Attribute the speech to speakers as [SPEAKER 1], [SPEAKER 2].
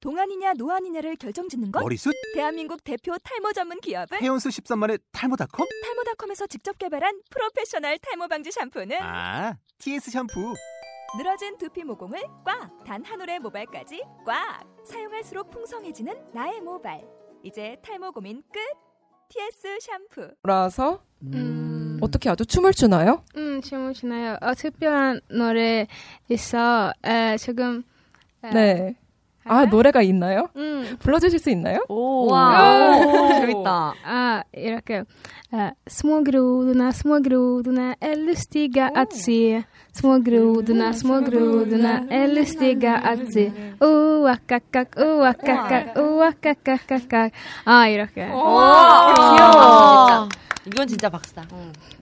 [SPEAKER 1] 동안이냐 노안이냐를 결정짓는 건
[SPEAKER 2] 머리숱?
[SPEAKER 1] 대한민국 대표 탈모 전문 기업은
[SPEAKER 2] 헤어스 13만의 탈모닷컴?
[SPEAKER 1] 탈모닷컴에서 직접 개발한 프로페셔널 탈모 방지 샴푸는
[SPEAKER 2] 아, TS 샴푸.
[SPEAKER 1] 늘어진 두피 모공을 꽉 단 한 올의 모발까지 꽉 사용할수록 풍성해지는 나의 모발 이제 탈모 고민 끝 TS 샴푸
[SPEAKER 3] 라서
[SPEAKER 4] 음.
[SPEAKER 3] 어떻게 아주 춤을 추나요?
[SPEAKER 4] 음, 질문 주나요? 어, 특별한 노래 있어. 에, 지금. 에,
[SPEAKER 3] 네. 아
[SPEAKER 4] 알아요?
[SPEAKER 3] 노래가 있나요?
[SPEAKER 4] 음,
[SPEAKER 3] 불러주실 수 있나요?
[SPEAKER 5] 오,
[SPEAKER 4] 와.
[SPEAKER 5] 오, 재밌다.
[SPEAKER 4] 아, 이렇게. 아, small grudna, small grudna, ele stiga a ti. small grudna, small grudna, ele stiga a ti. 우와, 깍깍, 우와, 깍깍, 우와, 깍깍, 깍깍. 아, 이렇게.
[SPEAKER 5] 와,
[SPEAKER 4] 귀여워.
[SPEAKER 5] 이건 진짜 박수다. 응.